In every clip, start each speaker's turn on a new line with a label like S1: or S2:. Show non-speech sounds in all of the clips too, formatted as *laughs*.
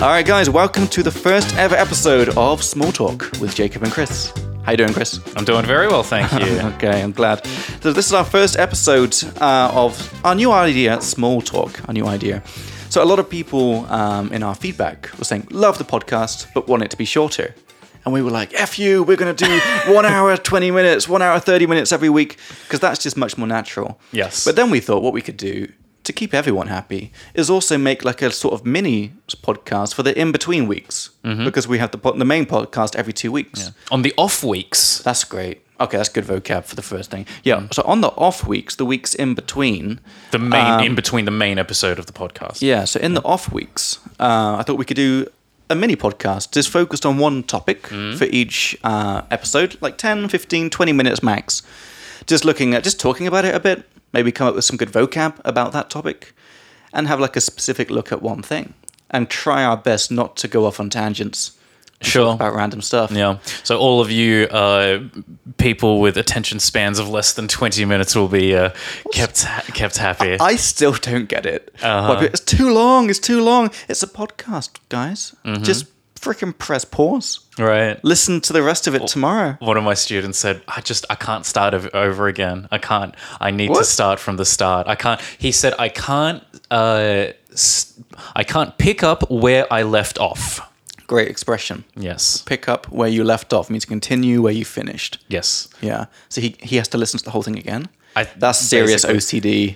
S1: All right, guys, welcome to the first ever episode of Small Talk with Jacob and Chris. How you doing, Chris?
S2: I'm doing very well, thank *laughs* you.
S1: Okay, I'm glad. So this is our first episode uh, of our new idea, small talk. Our new idea. So a lot of people um, in our feedback were saying, "Love the podcast, but want it to be shorter." And we were like, "F you! We're going to do one hour twenty minutes, one hour thirty minutes every week because that's just much more natural."
S2: Yes.
S1: But then we thought what we could do to keep everyone happy is also make like a sort of mini podcast for the in between weeks because we have the po- the main podcast every two weeks.
S2: On the off weeks,
S1: That's great. Okay, that's good vocab for the first thing. Yeah. So on the off weeks, the weeks in between.
S2: the main in between the main episode of the podcast.
S1: um, Yeah. So in the off weeks, uh, I thought we could do a mini podcast just focused on one topic for each uh, episode, like 10, 15, 20 minutes max. Just looking at, just talking about it a bit, maybe come up with some good vocab about that topic and have like a specific look at one thing and try our best not to go off on tangents
S2: Sure.
S1: about random stuff.
S2: Yeah. So all of you uh, people with attention spans of less than 20 minutes will be uh, kept ha- kept happy.
S1: I still don't get it. Why people- It's too long. It's too long. It's a podcast, guys. Just freaking press pause.
S2: right.
S1: Listen to the rest of it tomorrow.
S2: One of my students said, "I just I can't start ov- over again. I can't. I need to
S1: What?
S2: start from the start. I can't." He said, "I can't. Uh, s- I can't pick up where I left off."
S1: Great expression.
S2: Yes.
S1: Pick up where you left off means continue where you finished.
S2: Yes.
S1: Yeah. So he, he has to listen to the whole thing again.
S2: I-
S1: That's serious *laughs* OCD.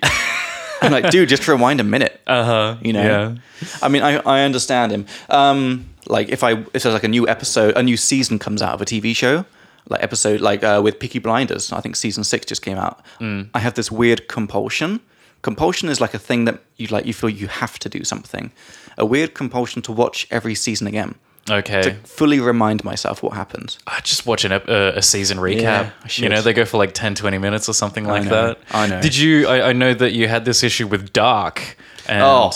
S1: I'm like, dude, just rewind a minute. Uh huh. You know. I mean, I, I understand him. Um, like if I if there's like a new episode, a new season comes out of a TV show, like episode like uh, with Peaky Blinders, I think season six just came out.
S2: Mm.
S1: I have this weird compulsion. Compulsion is like a thing that you like. You feel you have to do something. A weird compulsion to watch every season again.
S2: Okay.
S1: To fully remind myself what happened.
S2: I just watch an ep- uh, a season recap.
S1: Yeah, I
S2: you know,
S1: should.
S2: they go for like 10, 20 minutes or something like
S1: know,
S2: that.
S1: I know.
S2: Did you? I, I know that you had this issue with Dark. And,
S1: Oh,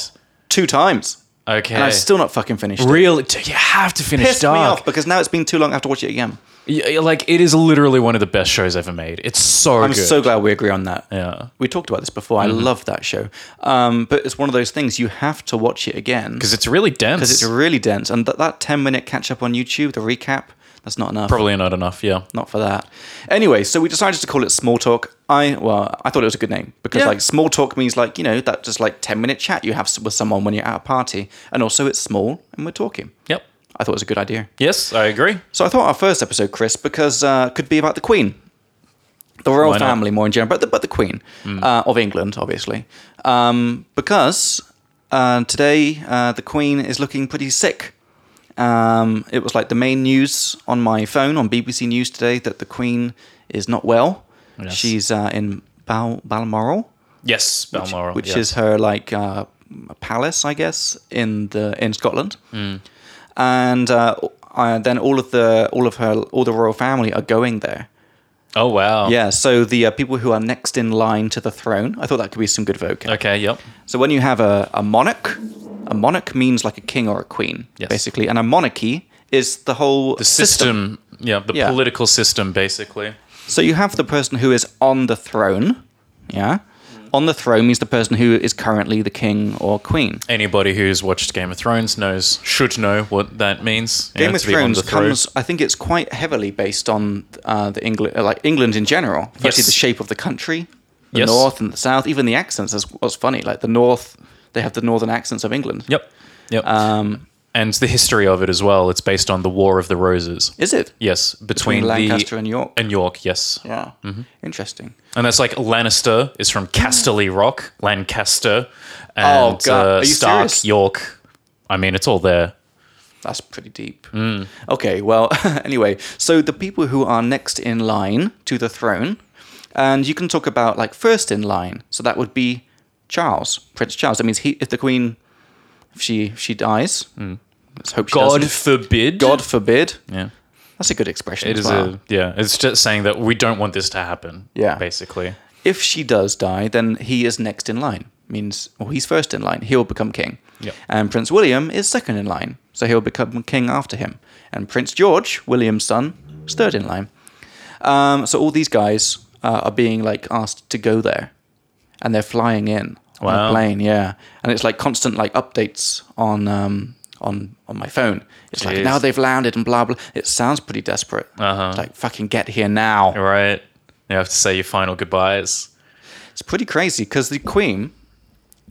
S1: two times.
S2: okay.
S1: And I've still not fucking finished. it.
S2: really, do you have to finish
S1: pissed me
S2: Dark.
S1: off because now it's been too long. I have to watch it again.
S2: Y- y- Like it is literally one of the best shows ever made. It's so
S1: I'm
S2: good.
S1: so glad we agree on that.
S2: Yeah. Mm-hmm.
S1: we talked about this before. I love that show, um, but it's one of those things you have to watch it again because
S2: because it's really dense.
S1: it's really dense. And that that ten minute catch up on YouTube, the recap, that's not enough.
S2: probably not enough. Yeah.
S1: Not for that. Anyway, so we decided to call it small talk. I well, I thought it was a good name because
S2: Yeah.
S1: like small talk means like you know that just like ten minute chat you have with someone when you're at a party, and also it's small and we're talking.
S2: Yep.
S1: I thought it was a good idea.
S2: Yes, I agree.
S1: So I thought our first episode, Chris, because uh, could be about the Queen, the royal
S2: Why not? Hmm.
S1: family more in general, but the, but the Queen uh, of England, obviously, um, because uh, today uh, the Queen is looking pretty sick. Um, it was like the main news on my phone on BBC News today that the Queen is not well.
S2: Yes.
S1: She's uh, in Bal- Balmoral,
S2: Yes, Balmoral.
S1: which
S2: yeah.
S1: is her like uh, palace, I guess, in the in Scotland.
S2: Mm.
S1: And uh, uh, then all of the all of her all the royal family are going there.
S2: Oh wow.
S1: Yeah, so the uh, people who are next in line to the throne, I thought that could be some good vocab.
S2: Okay. Yep.
S1: So when you have a, a monarch, a monarch means like a king or a queen,
S2: Yes.
S1: basically, and a monarchy is the whole
S2: The system. Yeah. The
S1: Yeah.
S2: political system, basically.
S1: So you have the person who is on the throne, yeah.
S2: Mm.
S1: On the throne means the person who is currently the king or queen.
S2: anybody who's watched Game of Thrones knows should know what that means. you
S1: Game
S2: know,
S1: of
S2: to be on
S1: Thrones
S2: the throne.
S1: comes. I think it's quite heavily based on uh, the England, like England in general. Yes.
S2: Yes.
S1: the shape of the country, the
S2: Yes.
S1: north and the south, even the accents. That's what's funny. Like the north, they have the northern accents of England. Um,
S2: Yep. Yep.
S1: Uh,
S2: and the history of it as well. It's based on the War of the Roses.
S1: Is it?
S2: Yes, between, the- Mm-hmm.
S1: Lancaster and York.
S2: And York, yes.
S1: Yeah. Interesting.
S2: And that's like Lannister is from Casterly Rock, Lancaster,
S1: Oh,
S2: and
S1: God.
S2: uh,
S1: Are you
S2: Stark,
S1: serious?
S2: York. I mean, it's all there.
S1: That's pretty deep.
S2: Mm.
S1: Okay, well, *laughs* anyway, so the people who are next in line to the throne, and you can talk about like first in line. So that would be Charles, Prince Charles. That means he, if the Queen, if she if she dies, let's hope she
S2: Mm. God
S1: doesn't.
S2: forbid.
S1: *laughs* God forbid.
S2: Yeah.
S1: That's a good expression.
S2: It
S1: as
S2: is
S1: well.
S2: a yeah. It's just saying that we don't want this to happen.
S1: Yeah.
S2: Basically.
S1: if she does die, then he is next in line. Means, well, he's first in line. He'll become king.
S2: Yep.
S1: And Prince William is second in line, so he'll become king after him. And Prince George, William's son, is third in line. Um, so all these guys uh, are being like asked to go there, and they're flying in on
S2: Wow.
S1: a plane. Yeah, and it's like constant like updates on um, on on my phone. It's like
S2: Jeez.
S1: now they've landed and blah blah. It sounds pretty desperate.
S2: Uh-huh.
S1: It's like fucking get here now.
S2: Right. You have to say your final goodbyes.
S1: It's pretty crazy because the Queen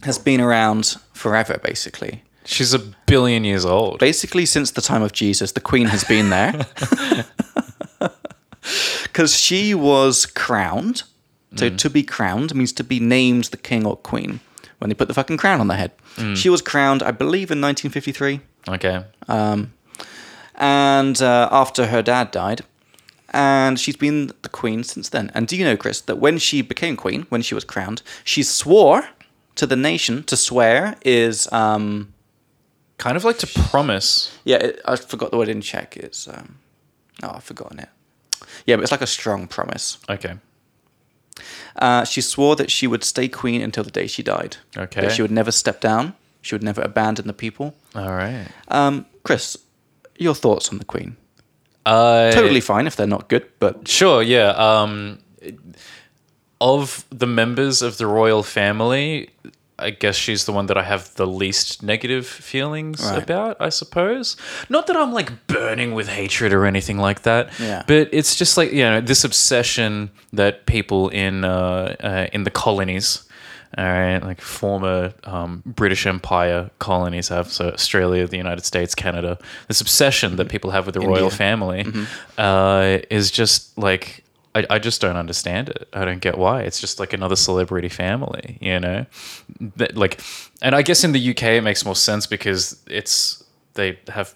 S1: has been around forever, basically.
S2: She's a billion years old.
S1: Basically, since the time of Jesus, the Queen has been there *laughs* because she was crowned. So to be crowned means to be named the king or queen when they put the fucking crown on their head. She was crowned, I believe, in 1953.
S2: Okay.
S1: and uh, after her dad died. And she's been the queen since then. And do you know, Chris, that when she became queen, when she was crowned, she swore to the nation. To swear is, um,
S2: Kind of like to promise.
S1: yeah, it, I forgot the word in Czech. It's, um, oh, I've forgotten it. Yeah, but it's like a strong promise.
S2: Okay.
S1: Uh, she swore that she would stay queen until the day she died.
S2: Okay.
S1: That she would never step down. She would never abandon the people.
S2: All right.
S1: Um, Chris, your thoughts on the queen?
S2: I
S1: Totally fine if they're not good, but
S2: Sure, yeah. Um, of the members of the royal family, I guess she's the one that I have the least negative feelings
S1: Right.
S2: about, I suppose. Not that I'm like burning with hatred or anything like that,
S1: Yeah.
S2: but it's just like, you know, this obsession that people in, uh, uh, in the colonies. All right, like former um, British Empire colonies have, so Australia, the United States, Canada. This obsession that people have with the
S1: India.
S2: royal
S1: Mm-hmm.
S2: family family uh, is just like I, I just don't understand it. I don't get why. It's just like another celebrity family, you know. That, like, and I guess in the UK it makes more sense because it's they have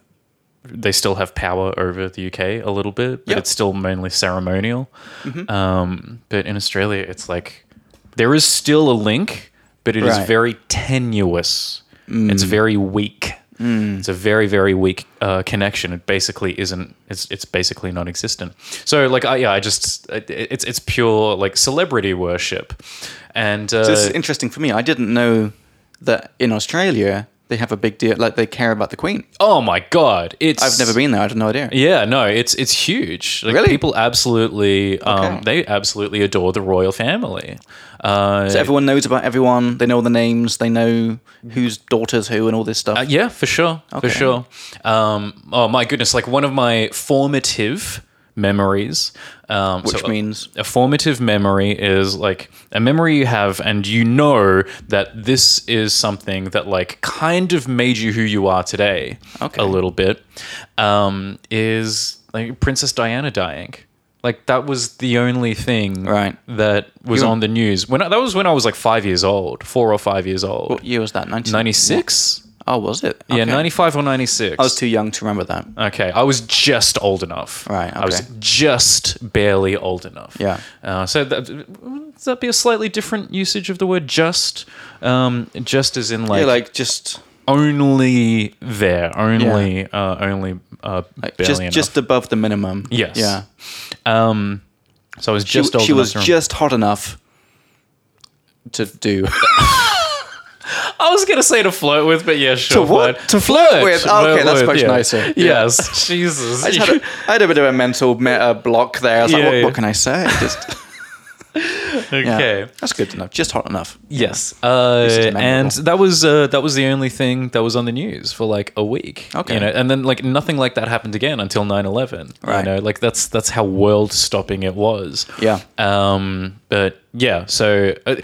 S2: they still have power over the UK a little bit, but
S1: Yeah. Mm-hmm.
S2: it's still mainly ceremonial. Um, but in Australia, it's like there is still a link, but it is
S1: Right. Mm.
S2: very tenuous. It's very weak. It's a very very weak uh, connection. It basically isn't. It's it's basically non-existent. So like I yeah I just it, it's it's pure like celebrity worship, and uh,
S1: this is interesting for me. I didn't know that in Australia they have a big deal, like they care about the Queen.
S2: oh my god, it's
S1: I've never been there. I had no idea.
S2: Yeah, no, it's it's huge. Like,
S1: Really?
S2: people absolutely, um,
S1: Okay.
S2: they absolutely adore the royal family. Uh,
S1: So everyone knows about everyone. They know all the names. They know whose daughter's who and all this stuff.
S2: Uh, yeah, for sure, for
S1: Okay.
S2: sure. Um, oh my goodness! Like one of my formative memories, um,
S1: Which means?
S2: a, formative memory is like a memory you have, and you know that this is something that like kind of made you who you are today.
S1: Okay.
S2: a little bit. Um, is like Princess Diana dying. Like that was the only thing
S1: Right.
S2: that was on the news. When I, that was when I was like five years old, four or five years old.
S1: what year was that? 19-
S2: Ninety six.
S1: Oh, was it?
S2: Yeah,
S1: Okay.
S2: 95 or 96.
S1: I was too young to remember that.
S2: okay, I was just old enough.
S1: Right,
S2: I was
S1: okay.
S2: just barely old enough.
S1: Yeah.
S2: Uh, so that, does that be a slightly different usage of the word just? Um, just as in like,
S1: yeah, like just
S2: only there, only, uh, only uh,
S1: like
S2: barely
S1: just
S2: enough.
S1: just above the minimum.
S2: yes.
S1: Yeah.
S2: Um, so I was just
S1: she,
S2: old
S1: she
S2: enough
S1: was
S2: to rem-
S1: just hot enough to
S2: *laughs*
S1: do
S2: I was gonna say to flirt with, but yeah, sure.
S1: what?
S2: fine.
S1: To flirt with? Okay, that's much
S2: yeah.
S1: nicer. Yeah.
S2: Yes, *laughs* Jesus.
S1: I, just had a, I had a bit of a mental me- uh, block there. I was
S2: Yeah,
S1: like, what,
S2: yeah.
S1: what can I say?
S2: *laughs*
S1: Just, yeah.
S2: *laughs* okay.
S1: That's good enough. Just hot enough.
S2: Yes, uh,
S1: is memorable.
S2: and that was uh, that was the only thing that was on the news for like a week.
S1: Okay.
S2: you know, and then like nothing like that happened again until 9-11.
S1: Right.
S2: you know, like that's that's how world stopping it was.
S1: Yeah.
S2: Um, but yeah, so uh,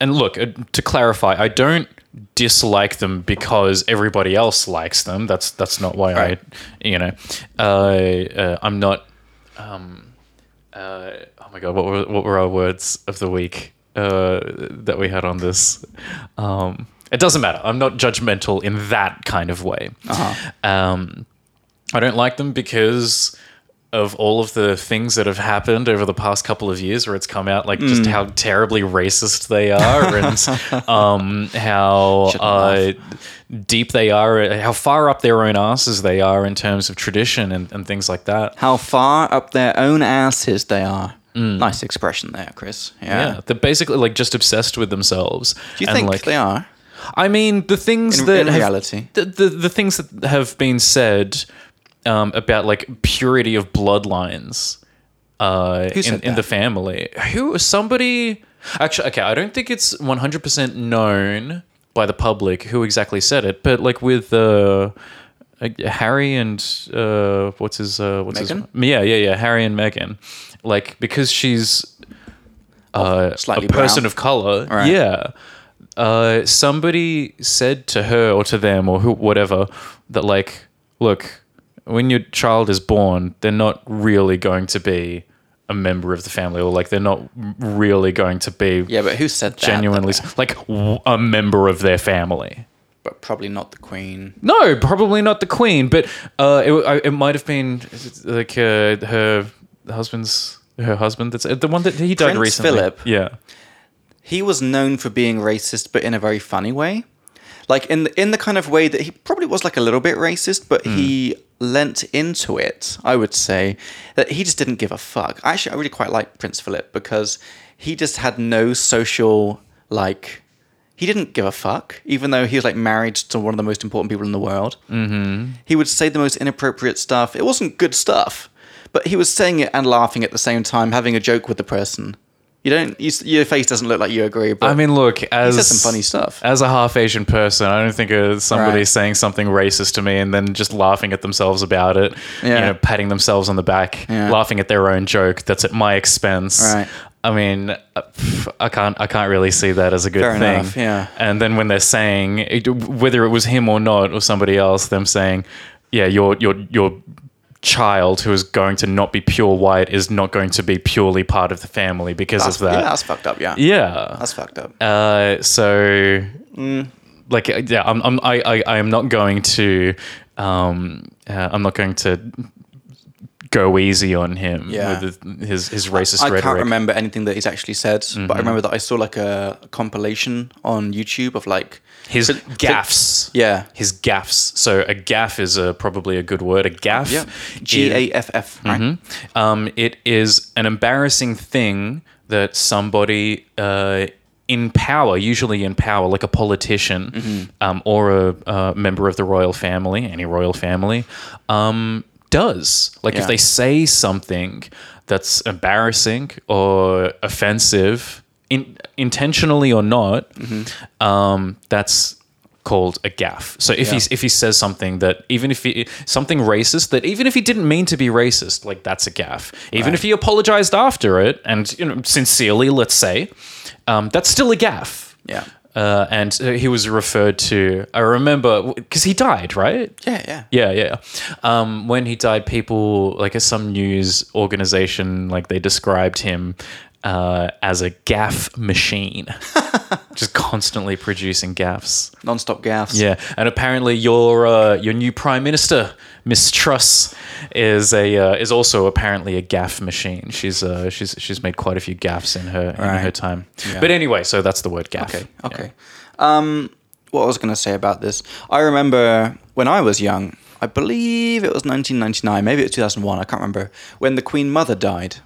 S2: and look uh, to clarify, I don't dislike them because everybody else likes them. That's that's not why
S1: Right.
S2: I, you know, uh, uh, I'm not. Um, uh, oh my god, what were what were our words of the week uh, that we had on this? Um, it doesn't matter. I'm not judgmental in that kind of way. Um, I don't like them because of all of the things that have happened over the past couple of years where it's come out like
S1: Mm.
S2: just how terribly racist
S1: *laughs*
S2: they are and um, how
S1: Shouldn't
S2: uh, deep they are, how far up their own asses they are in terms of tradition and, and things like that.
S1: How far up their own asses they are. Nice expression there, Chris. Yeah.
S2: Mm. Yeah. they're basically like just obsessed with themselves.
S1: Do you think
S2: like,
S1: they are?
S2: I mean, the things
S1: In-
S2: that
S1: in
S2: have-
S1: reality.
S2: the, the the things that have been said um, about like purity of bloodlines uh,
S1: Who said
S2: in, in
S1: that?
S2: the family. Who somebody? Actually, okay, I don't think it's one hundred percent known by the public who exactly said it, but like with uh, uh, Harry and uh, what's his uh, what's
S1: Meghan?
S2: his yeah yeah yeah Harry and Meghan, like because she's uh,
S1: Slightly
S2: a person
S1: brown.
S2: of color,
S1: Right.
S2: yeah. Uh, somebody said to her or to them or who, whatever that like, look, when your child is born, they're not really going to be a member of the family or like they're not really going to be
S1: Yeah, but who said that?
S2: genuinely like w- a member of their family.
S1: But probably not the Queen.
S2: No, probably not the queen, but uh, it, I- it might have been like uh, her husband's her husband. That's uh, the one that he died
S1: Prince
S2: recently.
S1: Philip.
S2: Yeah,
S1: He was known for being racist, but in a very funny way. Like in the, in the kind of way that he probably was like a little bit racist, but he
S2: Hmm.
S1: lent into it. I would say that he just didn't give a fuck. Actually, I really quite like Prince Philip because he just had no social like. He didn't give a fuck, even though he was like married to one of the most important people in the world.
S2: Mm-hmm.
S1: he would say the most inappropriate stuff. It wasn't good stuff, but he was saying it and laughing at the same time, having a joke with the person. You don't. You, s- your face doesn't look like you agree. But
S2: I mean, look, as
S1: said some funny stuff.
S2: As a half Asian person, I don't think uh, somebody
S1: Right.
S2: saying something racist to me and then just laughing at themselves about it.
S1: Yeah.
S2: you know, patting themselves on the back,
S1: Yeah.
S2: laughing at their own joke. That's at my expense.
S1: Right.
S2: I mean, uh, pff, I can't. I can't really see that as a good
S1: Fair
S2: thing.
S1: enough, yeah.
S2: And then when they're saying it- whether it was him or not or somebody else, them saying, "Yeah, your your your child who is going to not be pure white is not going to be purely part of the family because
S1: that's,
S2: of that."
S1: yeah, that's fucked up. Yeah,
S2: yeah.
S1: that's fucked up.
S2: Uh, so,
S1: Mm.
S2: like, uh, yeah, I'm, I'm, I, I, I am not going to, um, uh, I'm not going to go easy on him
S1: Yeah.
S2: with the- his his racist
S1: I
S2: rhetoric.
S1: can't remember anything that he's actually said, but I remember that I saw like a compilation on YouTube of like
S2: His
S1: cl- cl-
S2: gaffs.
S1: Yeah.
S2: His gaffs. So a gaff is a, probably a good word. A gaff.
S1: Yeah. G A F F. Right.
S2: Um, it is an embarrassing thing that somebody uh, in power, usually in power, like a politician um, or a uh, member of the royal family, any royal family, um, does. Like
S1: Yeah.
S2: if they say something that's embarrassing or offensive, in, intentionally or not, um, that's called a gaff. So if
S1: Yeah.
S2: he if he says something that even if he something racist that even if he didn't mean to be racist, like that's a gaff. Even if he apologized after it and you know sincerely, let's say, um, that's still a gaff.
S1: Yeah.
S2: Uh, and uh, he was referred to. I remember because he died, right?
S1: Yeah. Yeah.
S2: Yeah, yeah. Um, when he died, people like uh, some news organization like they described him uh, as a
S1: *laughs*
S2: gaff machine, just constantly producing gaffs.
S1: Non-stop gaffs.
S2: Yeah, and apparently your uh, your new prime minister, Miss Truss, is a uh, is also apparently a gaff machine. She's uh, she's she's made quite a few gaffs in her in
S1: Right.
S2: her time.
S1: Yeah.
S2: But anyway, so that's the word gaff.
S1: Okay.
S2: Yeah.
S1: Okay. Um, what I was going to say about this, I remember when I was young. I believe it was 1999, maybe it was 2001. I can't remember when the Queen Mother died.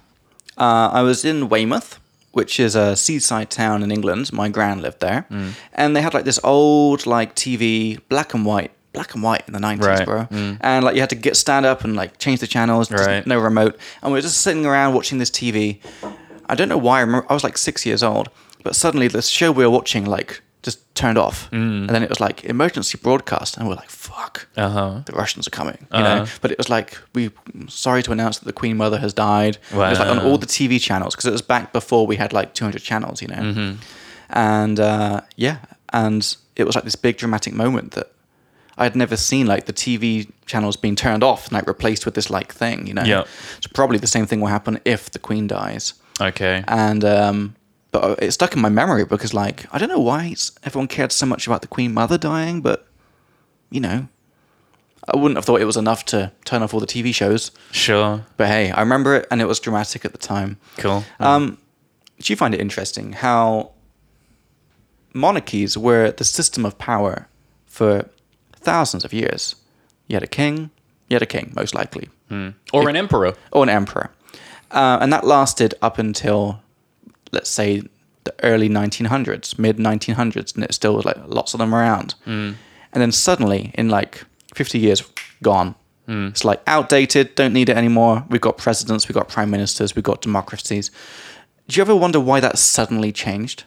S1: Uh, I was in Weymouth, which is a seaside town in England. My gran lived there,
S2: Mm.
S1: and they had like this old like TV, black and white, black and white in the 90s,
S2: Right. Mm.
S1: bro. And like you had to get stand up and like change the channels. just
S2: Right.
S1: No remote, and we were just sitting around watching this TV. I don't know why. I remember I was like six years old, but suddenly the show we were watching like just turned off, and then it was like emergency broadcast, and we're like, "Fuck,
S2: Uh-huh.
S1: the Russians are coming," you know.
S2: Uh-huh.
S1: But it was like, "We sorry to announce that the Queen Mother has died." It was like on
S2: Wow.
S1: all the TV channels because it was back before we had like 200 channels, you know.
S2: Mm-hmm.
S1: And uh, yeah, and it was like this big dramatic moment that. I had never seen like the TV channels being turned off and like replaced with this like thing, you know.
S2: Yeah.
S1: So probably the same thing will happen if the Queen dies
S2: Okay.
S1: and um, but it stuck in my memory because like I don't know why it's, everyone cared so much about the Queen Mother dying, but you know, I wouldn't have thought it was enough to turn off all the TV shows.
S2: Sure.
S1: But hey, I remember it, and it was dramatic at the time.
S2: Cool.
S1: Um, do you find it interesting how monarchies were the system of power for thousands of years? You had a king, you had a king, most likely
S2: Mm. or an emperor.
S1: or an emperor. Uh, and that lasted up until, let's say, the early 1900s, mid 1900s, and it still was like lots of them around.
S2: Mm.
S1: And then suddenly, in like 50 years, gone.
S2: Mm.
S1: It's like outdated, don't need it anymore. We've got presidents, we've got prime ministers, we've got democracies. Do you ever wonder why that suddenly changed?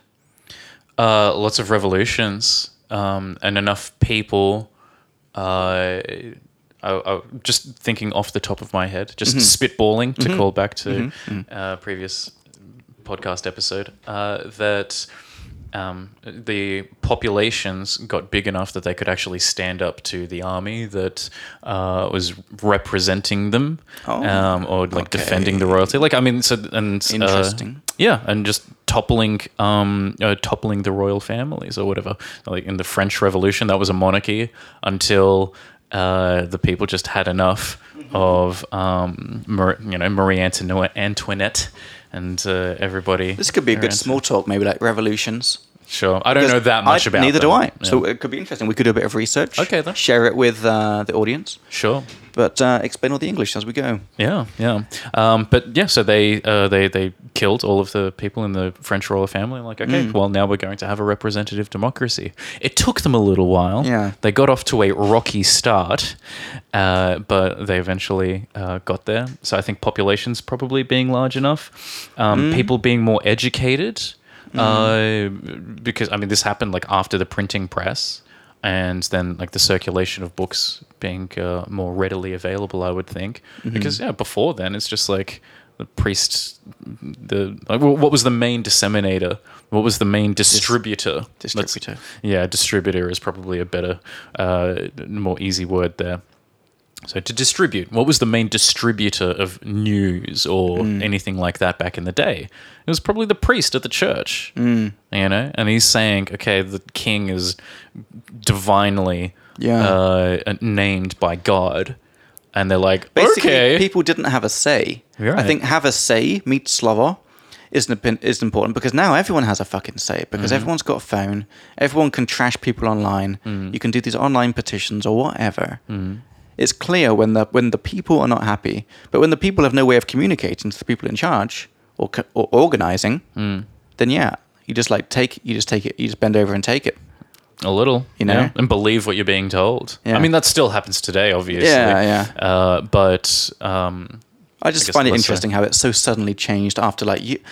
S2: Uh, lots of revolutions. um, and enough people. Uh, I, I, just thinking off the top of my head,
S1: Mm-hmm.
S2: just spitballing to call back to Uh, previous podcast episode, uh, that um, the populations got big enough that they could actually stand up to the army that uh, was representing them
S1: Oh.
S2: um, or like
S1: Okay.
S2: defending the royalty. Like, I mean, so and uh,
S1: Interesting.
S2: yeah, and just toppling, um, uh, toppling the royal families or whatever. Like in the French Revolution, that was a monarchy until uh, the people just had enough of, um, Mar- you know, Marie Antino- Antoinette and uh, everybody.
S1: This could be a good
S2: around-
S1: small talk, maybe like revolutions.
S2: Sure, I don't know that much
S1: I-
S2: about.
S1: Neither do
S2: them.
S1: I.
S2: Yeah.
S1: So it could be interesting. We could do a bit of research.
S2: Okay, then.
S1: Share it with uh, the audience,
S2: sure.
S1: but uh, explain all the English as we go.
S2: Yeah, yeah. Um, but yeah, so they uh, they they killed all of the people in the French royal family. Like, okay, well now we're going to have a representative democracy. It took them a little while.
S1: Yeah.
S2: they got off to a rocky start, uh, but they eventually uh, got there. So I think populations probably being large enough, um, people being more educated, uh, because I mean this happened like after the printing press. And then, like the circulation of books being uh, more readily available, I would think, because yeah, before then it's just like the priests, the like, wh- what was the main disseminator? What was the main distributor? Let's-
S1: distributor.
S2: yeah, distributor is probably a better, uh, more easy word there. So to distribute, what was the main distributor of news or
S1: Hmm.
S2: anything like that back in the day? It was probably the priest at the church,
S1: Hmm.
S2: you know, and he's saying, okay, the king is divinely
S1: Yeah.
S2: uh, named by God, and they're like,
S1: Basically,
S2: okay,
S1: people didn't have a say.
S2: You're
S1: I
S2: right.
S1: think have a say meets Slava is an is important because now everyone has a fucking say because
S2: Mm-hmm.
S1: everyone's got a phone. Everyone can trash people online.
S2: Mm-hmm.
S1: You can do these online petitions or whatever. It's clear when the when the people are not happy, but when the people have no way of communicating to the people in charge or co- or organizing,
S2: Mm.
S1: then yeah, you just like take you just take it you just bend over and take it.
S2: A little,
S1: You know?
S2: yeah, and believe what you're being told.
S1: Yeah.
S2: I mean, that still happens today, obviously.
S1: Yeah,
S2: yeah. Uh, but um,
S1: I just
S2: guess
S1: find it
S2: less so.
S1: interesting how it so suddenly changed after like ye-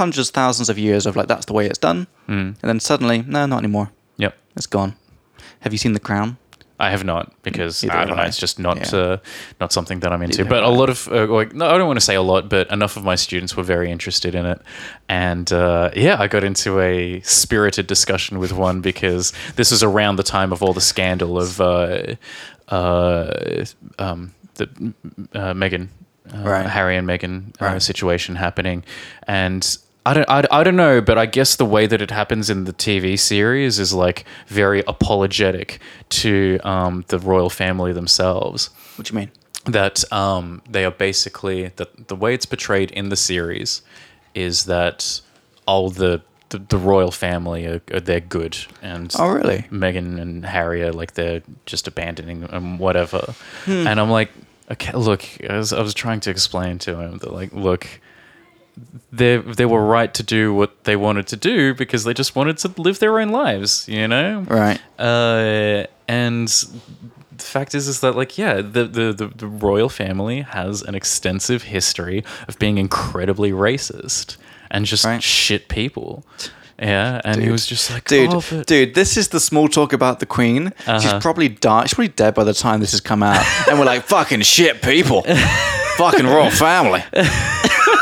S1: hundreds, thousands of years of like that's the way it's done,
S2: Hmm.
S1: and then suddenly no, not anymore.
S2: yep,
S1: It's gone. Have you seen The Crown?
S2: I have not because
S1: Neither
S2: I
S1: have
S2: don't know.
S1: I.
S2: It's just not
S1: Yeah.
S2: uh, not something that I'm into.
S1: Neither
S2: but a
S1: have I.
S2: lot of uh, like, no, I don't want to say a lot, but enough of my students were very interested in it, and uh, yeah, I got into a spirited discussion with one because this was around the time of all the scandal of uh, uh, um, the uh, Megan. Uh,
S1: Right.
S2: Harry and Meghan uh,
S1: Right.
S2: situation happening, and I don't, I, I don't know, but I guess the way that it happens in the TV series is like very apologetic to um, the royal family themselves.
S1: What do you mean?
S2: That um, they are basically that the way it's portrayed in the series is that all the the, the royal family are, are they're good and
S1: Oh, really?
S2: Meghan and Harry are like they're just abandoning them and whatever.
S1: Hmm.
S2: And I'm like, okay, look, I was, I was trying to explain to him that like, look, they they were right to do what they wanted to do because they just wanted to live their own lives, you know?
S1: Right.
S2: Uh, and the fact is, is that like, yeah, the, the the the royal family has an extensive history of being incredibly racist and just
S1: Right.
S2: shit people. Yeah, and he was just like,
S1: Dude,
S2: "Oh, but-
S1: dude, this is the small talk about the Queen.
S2: Uh-huh.
S1: She's probably died. She's probably dead by the time this has come
S2: *laughs*
S1: out, and we're like, fucking shit, people, fucking royal
S2: *laughs*
S1: family.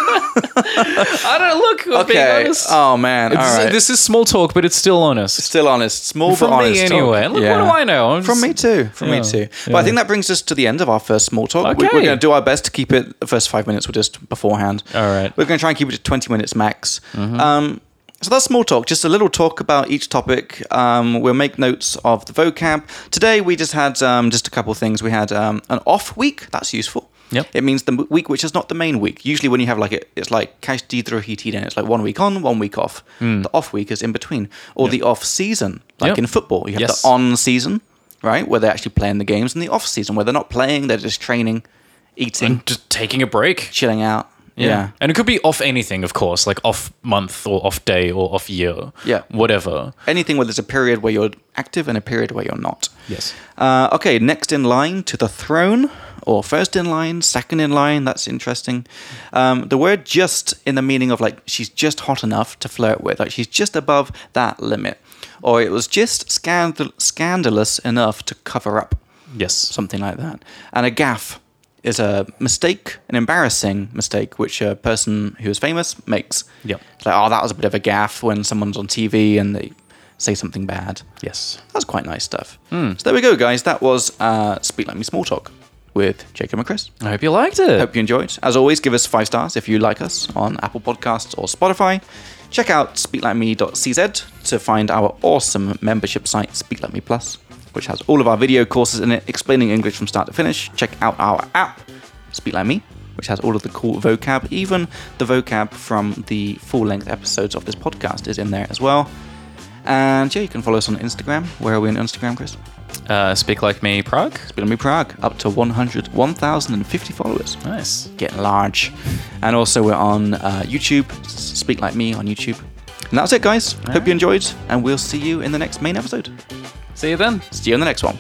S2: I don't look. I'm being
S1: Okay.
S2: honest.
S1: Oh man. All
S2: This is-
S1: right.
S2: This is small talk, but it's still honest.
S1: Still honest, small
S2: From
S1: but
S2: me
S1: honest. talk.
S2: anyway. Look, what do I know? I'm
S1: From
S2: just-
S1: me too. From
S2: Yeah.
S1: me too. But
S2: Yeah.
S1: I think that brings us to the end of our first small talk. We-
S2: Okay.
S1: We're going to do our best to keep it. The first five minutes were just beforehand.
S2: All right.
S1: We're going to try and keep it to twenty minutes max.
S2: Mm-hmm.
S1: Um, so that's small talk. Just a little talk about each topic. Um, we'll make notes of the vocab. Today we just had um, just a couple things. We had um, an off week. That's useful.
S2: Yep.
S1: It means the m- week which is not the main week. Usually, when you have like it, it's like cash didrohiti, then it's like one week on, one week off. The off week is in between, or the off season, like
S2: Mm. Yep.
S1: in football, you have
S2: Yes.
S1: the on season, right, where they're actually playing the games, and the off season where they're not playing, they're just training, eating,
S2: And just taking a break.
S1: chilling out. Yeah.
S2: And it could be off anything, of course, like off month or off day or off year.
S1: Yeah.
S2: Whatever.
S1: anything where there's a period where you're active and a period where you're not.
S2: Yes.
S1: Uh, okay, next in line to the throne or first in line, second in line. That's interesting. Um, the word just in the meaning of like she's just hot enough to flirt with, like she's just above that limit, or it was just scandal- scandalous enough to cover up,
S2: Yes.
S1: something like that. And a gaff is a mistake, an embarrassing mistake, which a person who is famous makes.
S2: Yep.
S1: It's like, oh, that was a bit of a gaff when someone's on TV and they say something bad.
S2: Yes.
S1: That's quite nice stuff. So there we go, guys. That was uh, Speak Like Me Small Talk with Jacob and Chris.
S2: I hope you liked it.
S1: Hope you enjoyed. As always, give us five stars if you like us on Apple Podcasts or Spotify. Check out speaklikeme.cz to find our awesome membership site, Speak Like Me Plus, which has all of our video courses in it explaining English from start to finish. Check out our app, Speak Like Me, which has all of the cool vocab, even the vocab from the full length episodes of this podcast is in there as well. And yeah, you can follow us on Instagram. Where are we on Instagram, Chris?
S2: uh, speak like me, Prague.
S1: Speak Like Me Prague, up to 100, 1,050 followers
S2: Nice.
S1: getting large. And also, we're on uh, YouTube, S- Speak Like Me on YouTube. And that's it, guys. Hope you enjoyed, and we'll see you in the next main episode.
S2: See you then.
S1: See you in the next one.